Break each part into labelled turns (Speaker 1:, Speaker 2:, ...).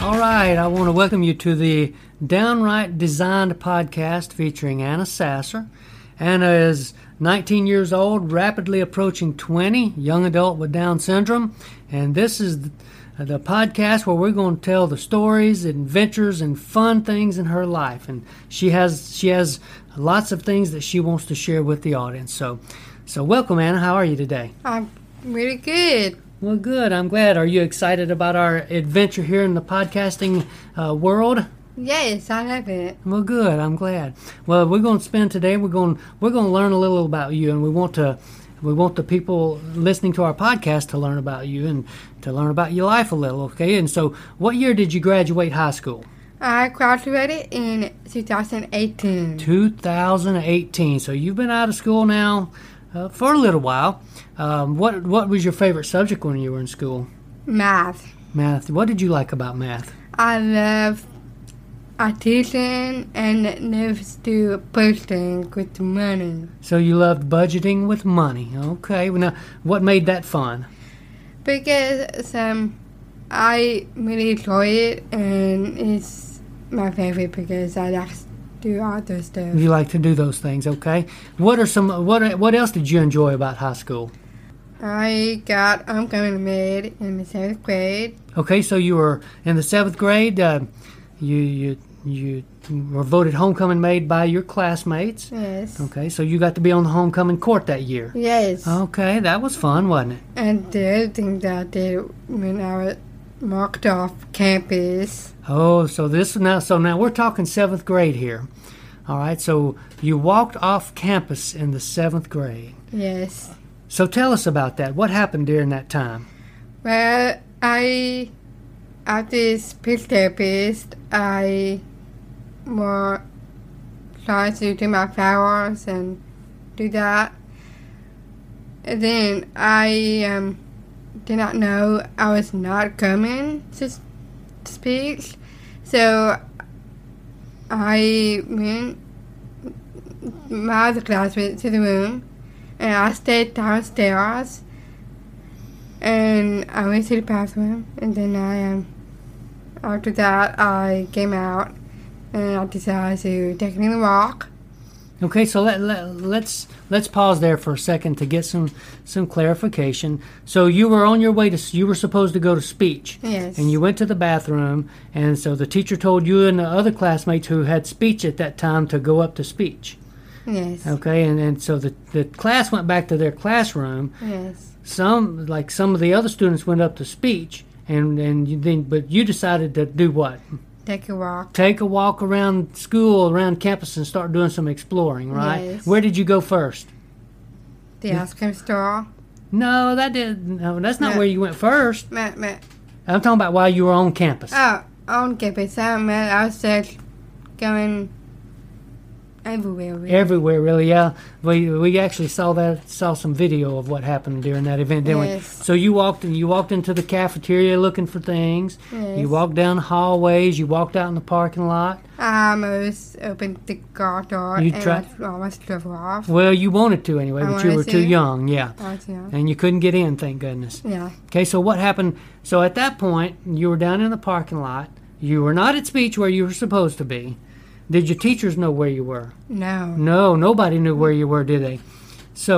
Speaker 1: right, I want to welcome you to the Downright Designed podcast featuring Anna Sasser. Anna is 19 years old, rapidly approaching 20, young adult with Down syndrome, and this is the, the podcast where we're going to tell the stories, adventures, and fun things in her life. And she has she has lots of things that she wants to share with the audience. So, so welcome, Anna. How are you today?
Speaker 2: I'm really good.
Speaker 1: Well, good. I'm glad. Are you excited about our adventure here in the podcasting uh, world?
Speaker 2: Yes, I have it.
Speaker 1: Well, good. I'm glad. Well, we're going to spend today. We're going we're going to learn a little about you, and we want to we want the people listening to our podcast to learn about you and to learn about your life a little. Okay. And so, what year did you graduate high school?
Speaker 2: I graduated in 2018.
Speaker 1: 2018. So you've been out of school now uh, for a little while. Um, what what was your favorite subject when you were in school?
Speaker 2: Math.
Speaker 1: Math. What did you like about math?
Speaker 2: I love audition and loves to posting with money.
Speaker 1: So you loved budgeting with money. Okay. Well, now, what made that fun?
Speaker 2: Because um, I really enjoy it and it's my favorite because I like to do other stuff.
Speaker 1: You like to do those things. Okay. What are some what what else did you enjoy about high school?
Speaker 2: I got homecoming made in the seventh grade.
Speaker 1: Okay. So you were in the seventh grade. Uh, you you you were voted homecoming maid by your classmates.
Speaker 2: Yes.
Speaker 1: Okay. Oh, So you got to be on the homecoming court that year.
Speaker 2: Yes.
Speaker 1: Okay, that was fun, wasn't it?
Speaker 2: And the other thing that I did when I was marked off campus,
Speaker 1: Oh, so this now so now we're talking seventh grade here. All right, so you walked off campus in the seventh grade.
Speaker 2: yes.
Speaker 1: So tell us about that. What happened during that time?
Speaker 2: Well, I, after this speech therapist, I more tried to do my flowers and do that. And then I um, did not know I was not coming to s- speech, so I went, my other class went to the room, and I stayed downstairs and I went to the bathroom, and then I um, after that I came out, and I decided to take a little walk.
Speaker 1: Okay, so let, let let's let's pause there for a second to get some some clarification. So you were on your way to s- you were supposed to go to speech.
Speaker 2: Yes.
Speaker 1: And you went to the bathroom and so the teacher told you and the other classmates who had speech at that time to go up to speech.
Speaker 2: Yes.
Speaker 1: Okay, and, and so the, the class went back to their classroom
Speaker 2: Yes.
Speaker 1: some like some of the other students went up to speech and and you then but you decided to do what
Speaker 2: Take a walk.
Speaker 1: take a walk around school around campus and start doing some exploring right
Speaker 2: Yes.
Speaker 1: where did you go first
Speaker 2: The ice cream store.
Speaker 1: no that did no that's not
Speaker 2: No.
Speaker 1: where you went first
Speaker 2: Ma- ma-
Speaker 1: i'm talking about while you were on campus
Speaker 2: oh, on campus. I met. I was just going everywhere. Really.
Speaker 1: everywhere really yeah we we actually saw that saw some video of what happened during that event didn't we
Speaker 2: Yes.
Speaker 1: so you walked and you walked into the cafeteria looking for things you
Speaker 2: Yes.
Speaker 1: walked down hallways you walked out in the parking lot
Speaker 2: Um, I almost opened the car door
Speaker 1: You Oh.
Speaker 2: and
Speaker 1: tried-
Speaker 2: I almost drove off.
Speaker 1: Well, you wanted to anyway,
Speaker 2: I
Speaker 1: but you
Speaker 2: wanted
Speaker 1: were too
Speaker 2: to.
Speaker 1: young, yeah.
Speaker 2: I was, you know,
Speaker 1: And you couldn't get in, thank goodness.
Speaker 2: yeah.
Speaker 1: Okay, so what happened? So at that point, you were down in the parking lot. You were not at speech where you were supposed to be. Did your teachers know where you were?
Speaker 2: No.
Speaker 1: No, nobody knew where you were, did they? So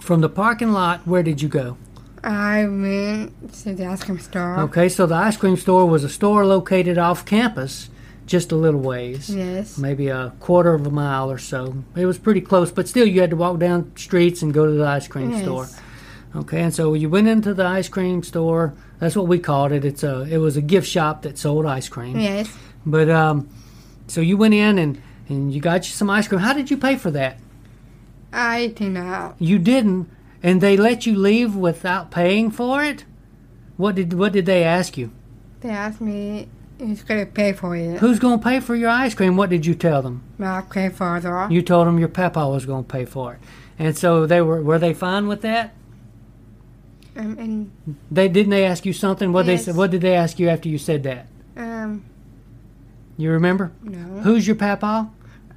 Speaker 1: from the parking lot, where did you go?
Speaker 2: I went to the ice cream store.
Speaker 1: Okay, so the ice cream store was a store located off campus just a little ways.
Speaker 2: Yes.
Speaker 1: Maybe a quarter of a mile or so. It was pretty close, but still, you had to walk down streets and go to the ice cream
Speaker 2: Yes.
Speaker 1: store. Okay, and so you went into the ice cream store. That's what we called it. It's a it was a gift shop that sold ice cream.
Speaker 2: Yes.
Speaker 1: But um, so you went in and and you got you some ice cream. How did you pay for that?
Speaker 2: I do not.
Speaker 1: You didn't, and they let you leave without paying for it. What did what did they ask you?
Speaker 2: They asked me who's going to pay for it.
Speaker 1: Who's gonna pay for your ice cream? What did you tell them?
Speaker 2: My grandfather.
Speaker 1: You told them your papa was gonna pay for it, and so they were were they fine with that?
Speaker 2: Um, and,
Speaker 1: They didn't they ask you something? What they
Speaker 2: Yes.
Speaker 1: said? What did they ask you after you said that?
Speaker 2: um,
Speaker 1: You remember?
Speaker 2: no.
Speaker 1: Who's your papa?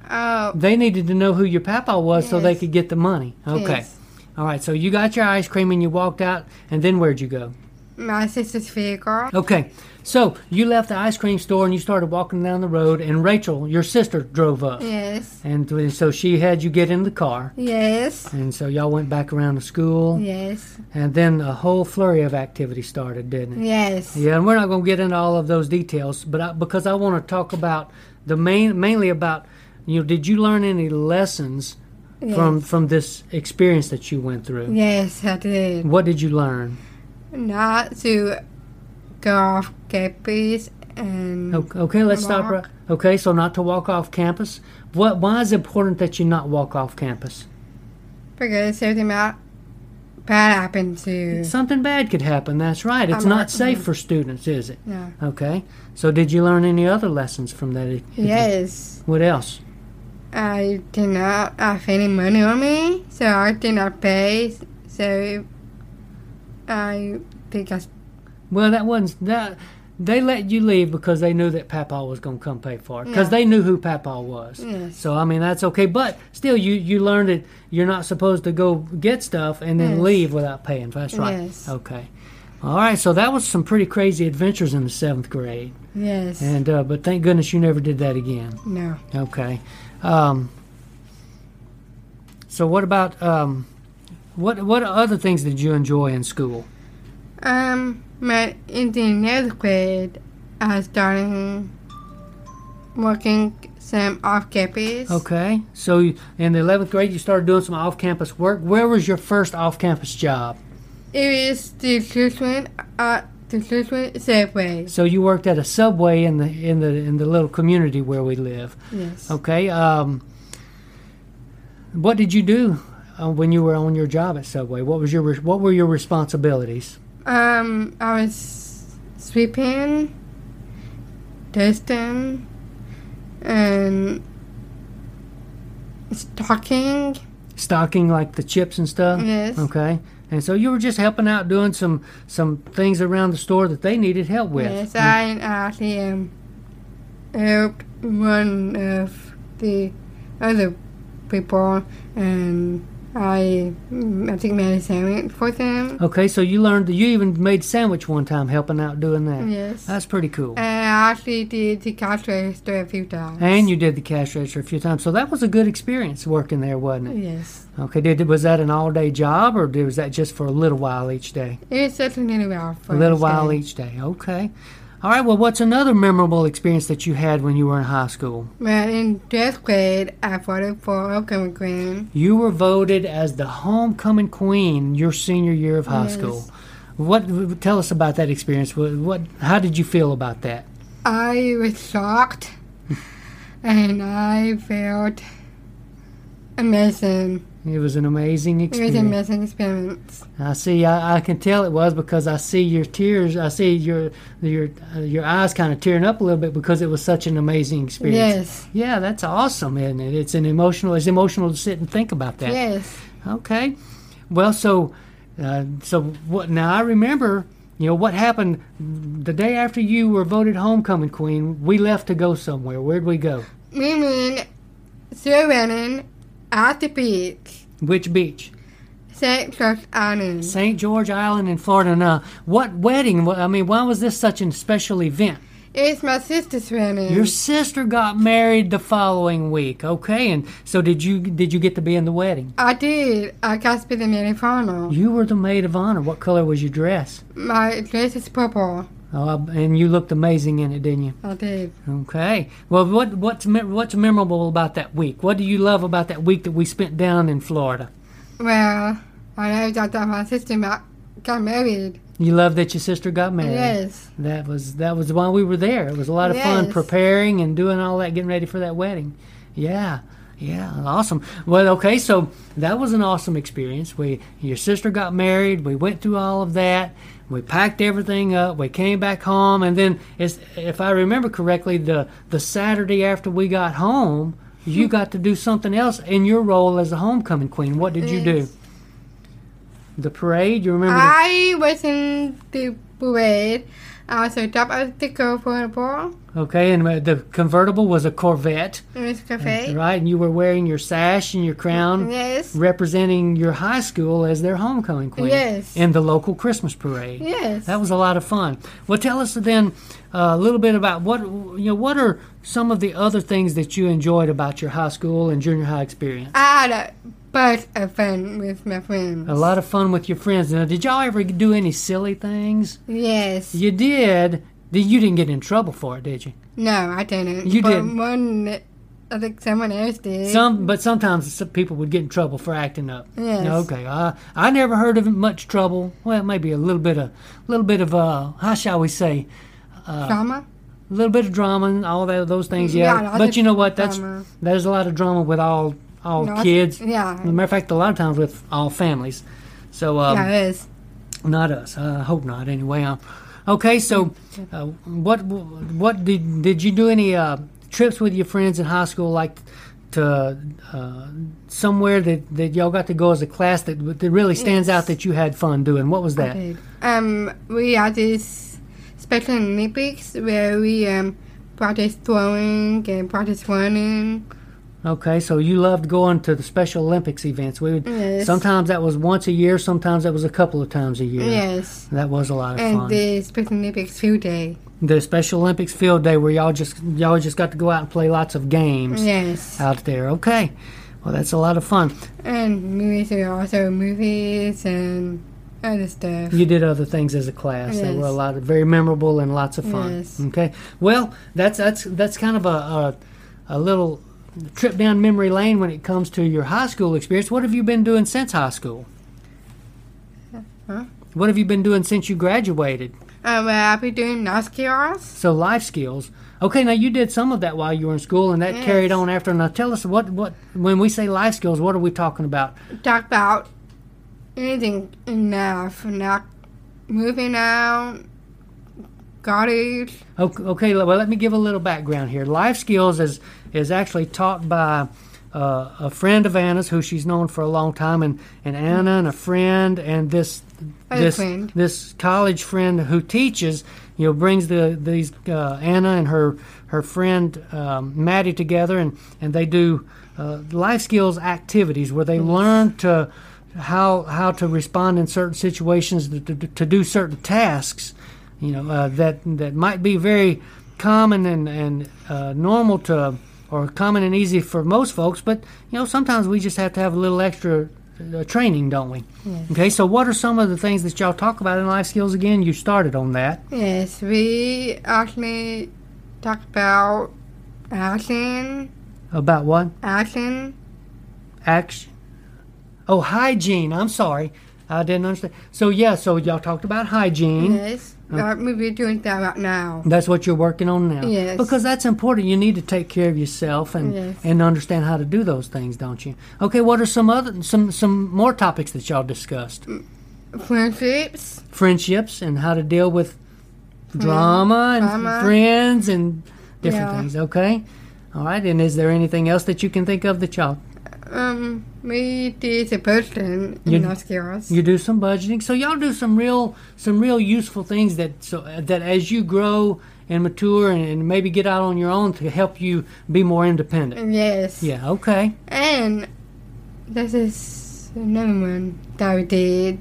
Speaker 2: Oh,
Speaker 1: They needed to know who your papa was so they
Speaker 2: Yes.
Speaker 1: could get the money. Okay.
Speaker 2: yes.
Speaker 1: All right. So you got your ice cream and you walked out, and then where'd you go?
Speaker 2: my sister's vehicle.
Speaker 1: Okay, so you left the ice cream store and you started walking down the road, and Rachel, your sister, drove up.
Speaker 2: Yes.
Speaker 1: And th- so she had you get in the car.
Speaker 2: Yes.
Speaker 1: And so y'all went back around to school.
Speaker 2: Yes.
Speaker 1: And then a whole flurry of activity started, didn't it?
Speaker 2: Yes.
Speaker 1: Yeah, and we're not going to get into all of those details, but I, because I want to talk about the main, mainly about, you know, did you learn any lessons from
Speaker 2: Yes.
Speaker 1: from this experience that you went through?
Speaker 2: Yes, I did.
Speaker 1: What did you learn?
Speaker 2: Not to go off campus and
Speaker 1: O- Okay, let's stop.
Speaker 2: Mm-hmm. Walk.
Speaker 1: Right. Okay, so not to walk off campus. What? Why is it important that you not walk off campus?
Speaker 2: because something bad bad happened to.
Speaker 1: Something bad could happen. That's right. It's
Speaker 2: I'm
Speaker 1: not
Speaker 2: not-
Speaker 1: safe for students, is it?
Speaker 2: No.
Speaker 1: Okay. So did you learn any other lessons from that? e-
Speaker 2: Yes.
Speaker 1: What else?
Speaker 2: I did not have any money on me, so I did not pay. So I think I
Speaker 1: Well, that wasn't that. They let you leave because they knew that Papa was going to come pay for it because
Speaker 2: Yeah.
Speaker 1: they knew who Papa was.
Speaker 2: Yes.
Speaker 1: So I mean that's okay, but still you you learned that you're not supposed to go get stuff and then
Speaker 2: Yes.
Speaker 1: leave without paying. That's right.
Speaker 2: Yes.
Speaker 1: Okay. All right. So that was some pretty crazy adventures in the seventh grade,
Speaker 2: yes
Speaker 1: and uh, but thank goodness you never did that again.
Speaker 2: no.
Speaker 1: Okay. Um, so what about um, what what other things did you enjoy in school?
Speaker 2: Um, my in the ninth grade, I started working some off campus.
Speaker 1: Okay, so you- in the eleventh grade, you started doing some off-campus work. Where was your first off-campus job?
Speaker 2: It is the Cleveland, uh, the Cleveland subway.
Speaker 1: So you worked at a Subway in the in the in the little community where we live.
Speaker 2: Yes.
Speaker 1: Okay, um, what did you do uh, when you were on your job at Subway? What was your re- what were your responsibilities?
Speaker 2: Um, I was sweeping, dusting, and stocking.
Speaker 1: Stocking like the chips and stuff.
Speaker 2: Yes.
Speaker 1: Oh, Okay, and so you were just helping out doing some some things around the store that they needed help with.
Speaker 2: Yes, I actually um, helped one of the other people, and I, mm, I think made a sandwich for them.
Speaker 1: Mm-hmm. Okay, so you learned that you even made sandwich one time helping out doing that.
Speaker 2: Yes.
Speaker 1: Oh, That's pretty cool.
Speaker 2: and I actually did the cash register a few times.
Speaker 1: And you did the cash register a few times, so that was a good experience working there, wasn't it?
Speaker 2: Yes.
Speaker 1: Okay, did was that an all-day job, or did, was that just for a little while each day?
Speaker 2: It was just a little while. For
Speaker 1: A little while
Speaker 2: understanding.
Speaker 1: each day. Okay. All right. Well, what's another memorable experience that you had when you were in high school?
Speaker 2: But in 12th grade, I voted for Oakland Green.
Speaker 1: You were voted as the homecoming queen your senior year of high
Speaker 2: Yes.
Speaker 1: school. What? Tell us about that experience. What? what how did you feel about that?
Speaker 2: I was shocked, and I felt amazing.
Speaker 1: It was an amazing
Speaker 2: It was
Speaker 1: experience.
Speaker 2: a missing experiment.
Speaker 1: I see. I, I can tell it was because I see your tears. I see your your uh, your eyes kind of tearing up a little bit because it was such an amazing experience.
Speaker 2: Yes.
Speaker 1: Yeah, that's awesome, isn't it? It's an emotional. It's emotional to sit and think about that.
Speaker 2: Yes.
Speaker 1: Okay. Well, so uh, so what? Now I remember. You know what happened the day after you were voted homecoming queen. We left to go somewhere. Where'd we go?
Speaker 2: We mean surrendering at the beach,
Speaker 1: Which beach?
Speaker 2: St. George Island.
Speaker 1: St. George Island in Florida. Now, what wedding? Wha- I mean, why was this such an special event?
Speaker 2: It's my sister's wedding.
Speaker 1: Your sister got married the following week, okay? And so did you did you get to be in the wedding?
Speaker 2: I did. I got to be the Americano.
Speaker 1: You were the maid of honor. What color was your dress?
Speaker 2: My dress is purple.
Speaker 1: Oh, I- and you looked amazing in it, didn't you?
Speaker 2: I did.
Speaker 1: Okay. Well, what what's me- what's memorable about that week? What do you love about that week that we spent down in Florida?
Speaker 2: Well, I know that that my sister ma- got married.
Speaker 1: You love that your sister got married.
Speaker 2: Yes.
Speaker 1: That was that was why we were there. It was a lot of fun
Speaker 2: Yes.
Speaker 1: preparing and doing all that, getting ready for that wedding. Yeah, yeah, awesome. Well, okay, so that was an awesome experience. We your sister got married. We went through all of that. We packed everything up. We came back home, and then, it's, if I remember correctly, the the Saturday after we got home, you
Speaker 2: Hmm.
Speaker 1: got to do something else in your role as the homecoming queen. What did you do?
Speaker 2: Yes. Ah.
Speaker 1: The parade. You remember? the-
Speaker 2: I was in the parade. I also dropped a sticker for the ball.
Speaker 1: Okay, and the convertible was a Corvette,
Speaker 2: It was cafe.
Speaker 1: right? And you were wearing your sash and your crown,
Speaker 2: Yes.
Speaker 1: representing your high school as their homecoming queen
Speaker 2: Mm-hmm. Yes.
Speaker 1: in the local Christmas parade.
Speaker 2: Yes.
Speaker 1: That was a lot of fun. Well, tell us then uh, a little bit about what you know. What are some of the other things that you enjoyed about your high school and junior high experience?
Speaker 2: I had a bunch of fun with my friends.
Speaker 1: A lot of fun with your friends. Now, did y'all ever do any silly things?
Speaker 2: Yes.
Speaker 1: You did. Then You didn't get in trouble for it, did you?
Speaker 2: No, I didn't.
Speaker 1: You
Speaker 2: but
Speaker 1: didn't.
Speaker 2: One, I think someone else did.
Speaker 1: Some, but sometimes some people would get in trouble for acting up.
Speaker 2: Yes.
Speaker 1: Okay. I I never heard of much trouble. Well, maybe a little bit of, little bit of uh, how shall we say,
Speaker 2: Drama?
Speaker 1: a little bit of drama and all tho- those things.
Speaker 2: Yeah,
Speaker 1: Yeah.
Speaker 2: a lot
Speaker 1: but
Speaker 2: of
Speaker 1: you know what? That's
Speaker 2: drama.
Speaker 1: there's a lot of drama with all all
Speaker 2: No, I-
Speaker 1: kids. As a
Speaker 2: Yeah.
Speaker 1: matter of fact, a lot of times with all families. So um,
Speaker 2: Yeah, it is.
Speaker 1: Not us. I hope not. Anyway, um, okay. So, uh, what what did did you do any uh, trips with your friends in high school, like to uh, somewhere that, that y'all got to go as a class that that really stands out that you had fun doing? What was that?
Speaker 2: Um, we had this Special Olympics where we um practice throwing and practice running.
Speaker 1: Okay, so you loved going to the Special Olympics events. We would
Speaker 2: Yes.
Speaker 1: sometimes that was once a year, sometimes that was a couple of times a year.
Speaker 2: Yes.
Speaker 1: That was a lot of
Speaker 2: And
Speaker 1: fun.
Speaker 2: the Special Olympics field day.
Speaker 1: the Special Olympics field day where y'all just y'all just got to go out and play lots of games.
Speaker 2: Yes.
Speaker 1: out there. Okay. Well, that's a lot of fun.
Speaker 2: And movies are also movies and other stuff.
Speaker 1: You did other things as a class that were a
Speaker 2: Yes.
Speaker 1: lot of very memorable and lots of fun.
Speaker 2: Yes.
Speaker 1: Okay. Well, that's that's that's kind of a, a a little trip down memory lane when it comes to your high school experience. What have you been doing since high school?
Speaker 2: Huh?
Speaker 1: What have you been doing since you graduated?
Speaker 2: Uh, well, I'll be doing NASCARs.
Speaker 1: So life skills. Okay, now you did some of that while you were in school, and that
Speaker 2: Yes.
Speaker 1: carried on after. Now tell us what what when we say life skills, what are we talking about?
Speaker 2: talk about anything in life, like moving out, college.
Speaker 1: Okay, okay, well, let me give a little background here. Life skills is is actually taught by uh, a friend of Anna's who she's known for a long time, and, and Anna and a friend and this
Speaker 2: Other
Speaker 1: this
Speaker 2: friend.
Speaker 1: this college friend who teaches, you know, brings the these uh, Anna and her her friend um, Maddie together, and and they do uh, life skills activities where they learn to how how to respond in certain situations, to, to, to do certain tasks, you know, uh, that that might be very common and and uh, normal to or common and easy for most folks, but you know sometimes we just have to have a little extra uh, training, don't we? Okay, so what are some of the things that y'all talk about in life skills again? You started on that.
Speaker 2: Yes, we actually talk about action,
Speaker 1: About what?
Speaker 2: action.
Speaker 1: Action. Oh, hygiene. I'm sorry. I didn't understand. So, yeah, so y'all talked about hygiene.
Speaker 2: Yes,
Speaker 1: Oh.
Speaker 2: like we be doing that right now.
Speaker 1: That's what you're working on now.
Speaker 2: Yes.
Speaker 1: Because that's important. You need to take care of yourself and
Speaker 2: Yes.
Speaker 1: and understand how to do those things, don't you? Okay, what are some other some some more topics that y'all discussed?
Speaker 2: Friendships,
Speaker 1: Friendships and how to deal with drama and
Speaker 2: Mm-hmm. Drama.
Speaker 1: friends and different
Speaker 2: Yeah.
Speaker 1: things, okay? All right, and is there anything else that you can think of that y'all
Speaker 2: um, we did a person
Speaker 1: You-
Speaker 2: in NASCARs.
Speaker 1: You do some budgeting, so y'all do some real, some real useful things that so that as you grow and mature and, and maybe get out on your own to help you be more independent.
Speaker 2: Yes.
Speaker 1: Yeah. Okay.
Speaker 2: And this is another one that we did.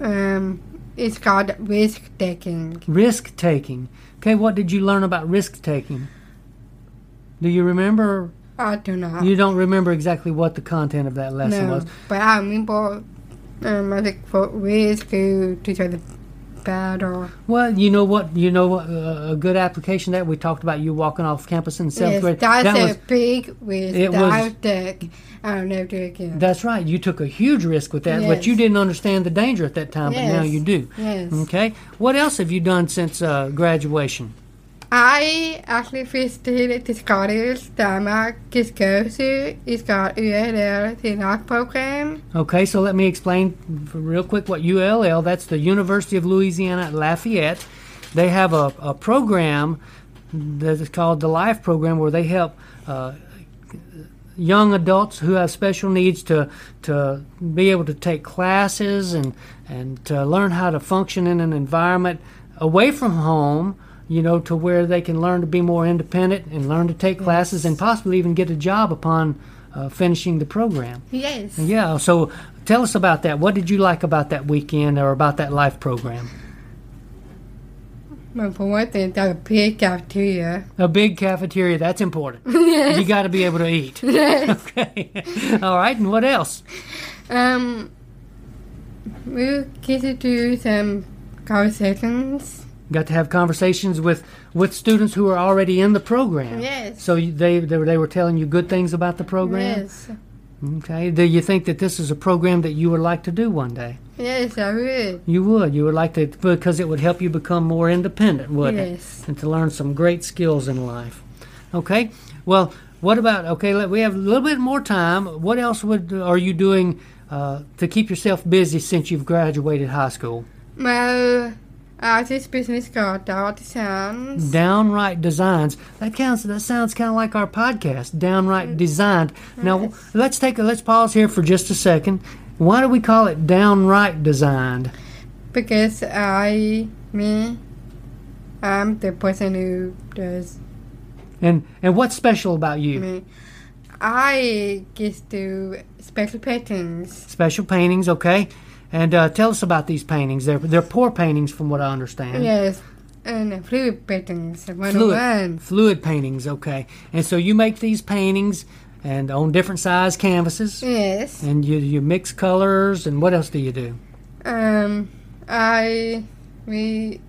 Speaker 2: Um, it's called risk taking.
Speaker 1: Risk taking. Okay. What did you learn about risk taking? Do you remember?
Speaker 2: I do not
Speaker 1: You don't remember exactly what the content of that lesson
Speaker 2: know,
Speaker 1: was.
Speaker 2: but I remember. Um, I think for risk to to try to battle.
Speaker 1: Well, you know what? You know what? Uh, a good application that we talked about you walking off campus in seventh
Speaker 2: Yes,
Speaker 1: grade.
Speaker 2: that's
Speaker 1: that
Speaker 2: a
Speaker 1: was
Speaker 2: big
Speaker 1: It
Speaker 2: risk. It
Speaker 1: was-
Speaker 2: I took. I'll never do it again.
Speaker 1: That's right. You took a huge risk with that, but
Speaker 2: Yes.
Speaker 1: you didn't understand the danger at that time, but now
Speaker 2: Yes.
Speaker 1: you do.
Speaker 2: yes.
Speaker 1: Okay. What else have you done since uh, graduation?
Speaker 2: I actually visited this college that my kids go to. It's called ULL, the NOC program.
Speaker 1: Okay, so let me explain for real quick what ULL, that's the University of Louisiana at Lafayette. They have a, a program that is called the Life Program where they help uh, young adults who have special needs to to be able to take classes and and to learn how to function in an environment away from home, you know, to where they can learn to be more independent and learn to take classes and possibly even get a job upon uh, finishing the program.
Speaker 2: Yes.
Speaker 1: Yeah, so tell us about that. What did you like about that weekend or about that life program?
Speaker 2: Well, for one thing, the big cafeteria.
Speaker 1: A big cafeteria, that's important. You got to be able to eat. Okay. All right, and what else?
Speaker 2: Um, we get to do some conversations.
Speaker 1: Got to have conversations with with students who are already in the program.
Speaker 2: Yes.
Speaker 1: So you- they they were, they were telling you good things about the program.
Speaker 2: Yes.
Speaker 1: Okay. Do you think that this is a program that you would like to do one day?
Speaker 2: Yes, I would.
Speaker 1: You would. You would like to because it would help you become more independent, wouldn't it?
Speaker 2: Yes.
Speaker 1: and to learn some great skills in life. Okay, well, what about okay? Let, we have a little bit more time. What else would are you doing uh, to keep yourself busy since you've graduated high school?
Speaker 2: Well, I just business card all the sounds.
Speaker 1: Downright designs. That counts. That sounds kind of like our podcast. Downright designed. Now let's take a, let's pause here for just a second. Why do we call it downright designed?
Speaker 2: Because I, me, I'm the person who does
Speaker 1: And and what's special about you?
Speaker 2: me. I get to special paintings.
Speaker 1: Special paintings, okay? And uh, tell us about these paintings. They're they're poor paintings, from what I understand.
Speaker 2: Yes, and fluid paintings. One
Speaker 1: Mm. fluid, fluid paintings okay and so you make these paintings and on different size canvases
Speaker 2: Yes.
Speaker 1: and you, you mix colors and what else do you do
Speaker 2: Um, I we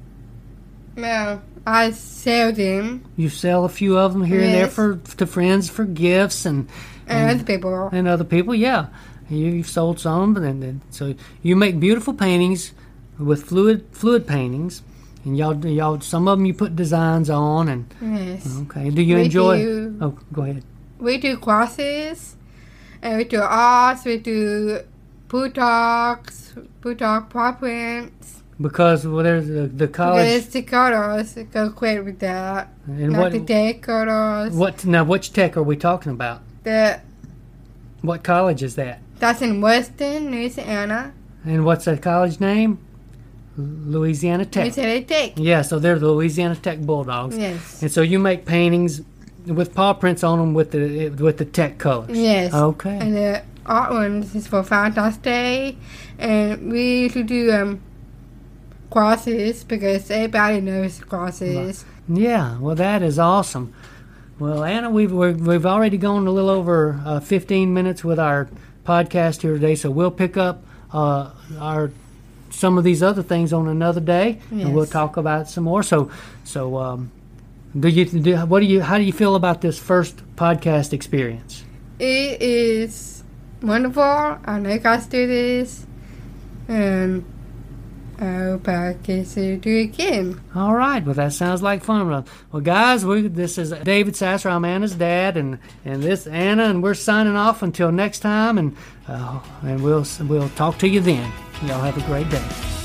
Speaker 2: well, I sell them
Speaker 1: you sell a few of them here and there
Speaker 2: Yes.
Speaker 1: for to friends for gifts and Mm.
Speaker 2: and other people.
Speaker 1: and other people yeah you, you've sold some and then so you make beautiful paintings with fluid fluid paintings and y'all y'all some of them you put designs on and
Speaker 2: Yes,
Speaker 1: okay do you
Speaker 2: We
Speaker 1: enjoy
Speaker 2: do.
Speaker 1: oh go ahead
Speaker 2: we do classes, and we do arts. We do bulldogs, bulldog problems.
Speaker 1: because well there's the, the college
Speaker 2: Because the colors go great with that.
Speaker 1: and
Speaker 2: Not
Speaker 1: what
Speaker 2: the day colors.
Speaker 1: What now? Which tech are we talking about?
Speaker 2: The
Speaker 1: What college is that?
Speaker 2: that's in Western Louisiana.
Speaker 1: And what's the college name? Louisiana
Speaker 2: We
Speaker 1: Tech.
Speaker 2: say they take.
Speaker 1: Yeah, so they're the Louisiana Tech Bulldogs.
Speaker 2: Yes.
Speaker 1: And so you make paintings with paw prints on them with the with the tech colors.
Speaker 2: Yes.
Speaker 1: Oh, Okay.
Speaker 2: And the art ones is for Valentine's Day, and we usually do um crosses because everybody knows crosses.
Speaker 1: Yeah, well, that is awesome. Well, Anna, we've we're, we've already gone a little over uh, 15 minutes with our podcast here today, so we'll pick up uh, our some of these other things on another day, and we'll
Speaker 2: Yes.
Speaker 1: talk about it some more. So, so um, do you do, what do you how do you feel about this first podcast experience?
Speaker 2: It is wonderful. I know you guys do this, and I hope I get to do it again.
Speaker 1: All right. Well, that sounds like fun. Well, well, guys, we this is David Sasser. I'm Anna's dad, and and this Anna, and we're signing off until next time, and uh, and we'll we'll talk to you then. Y'all have a great day.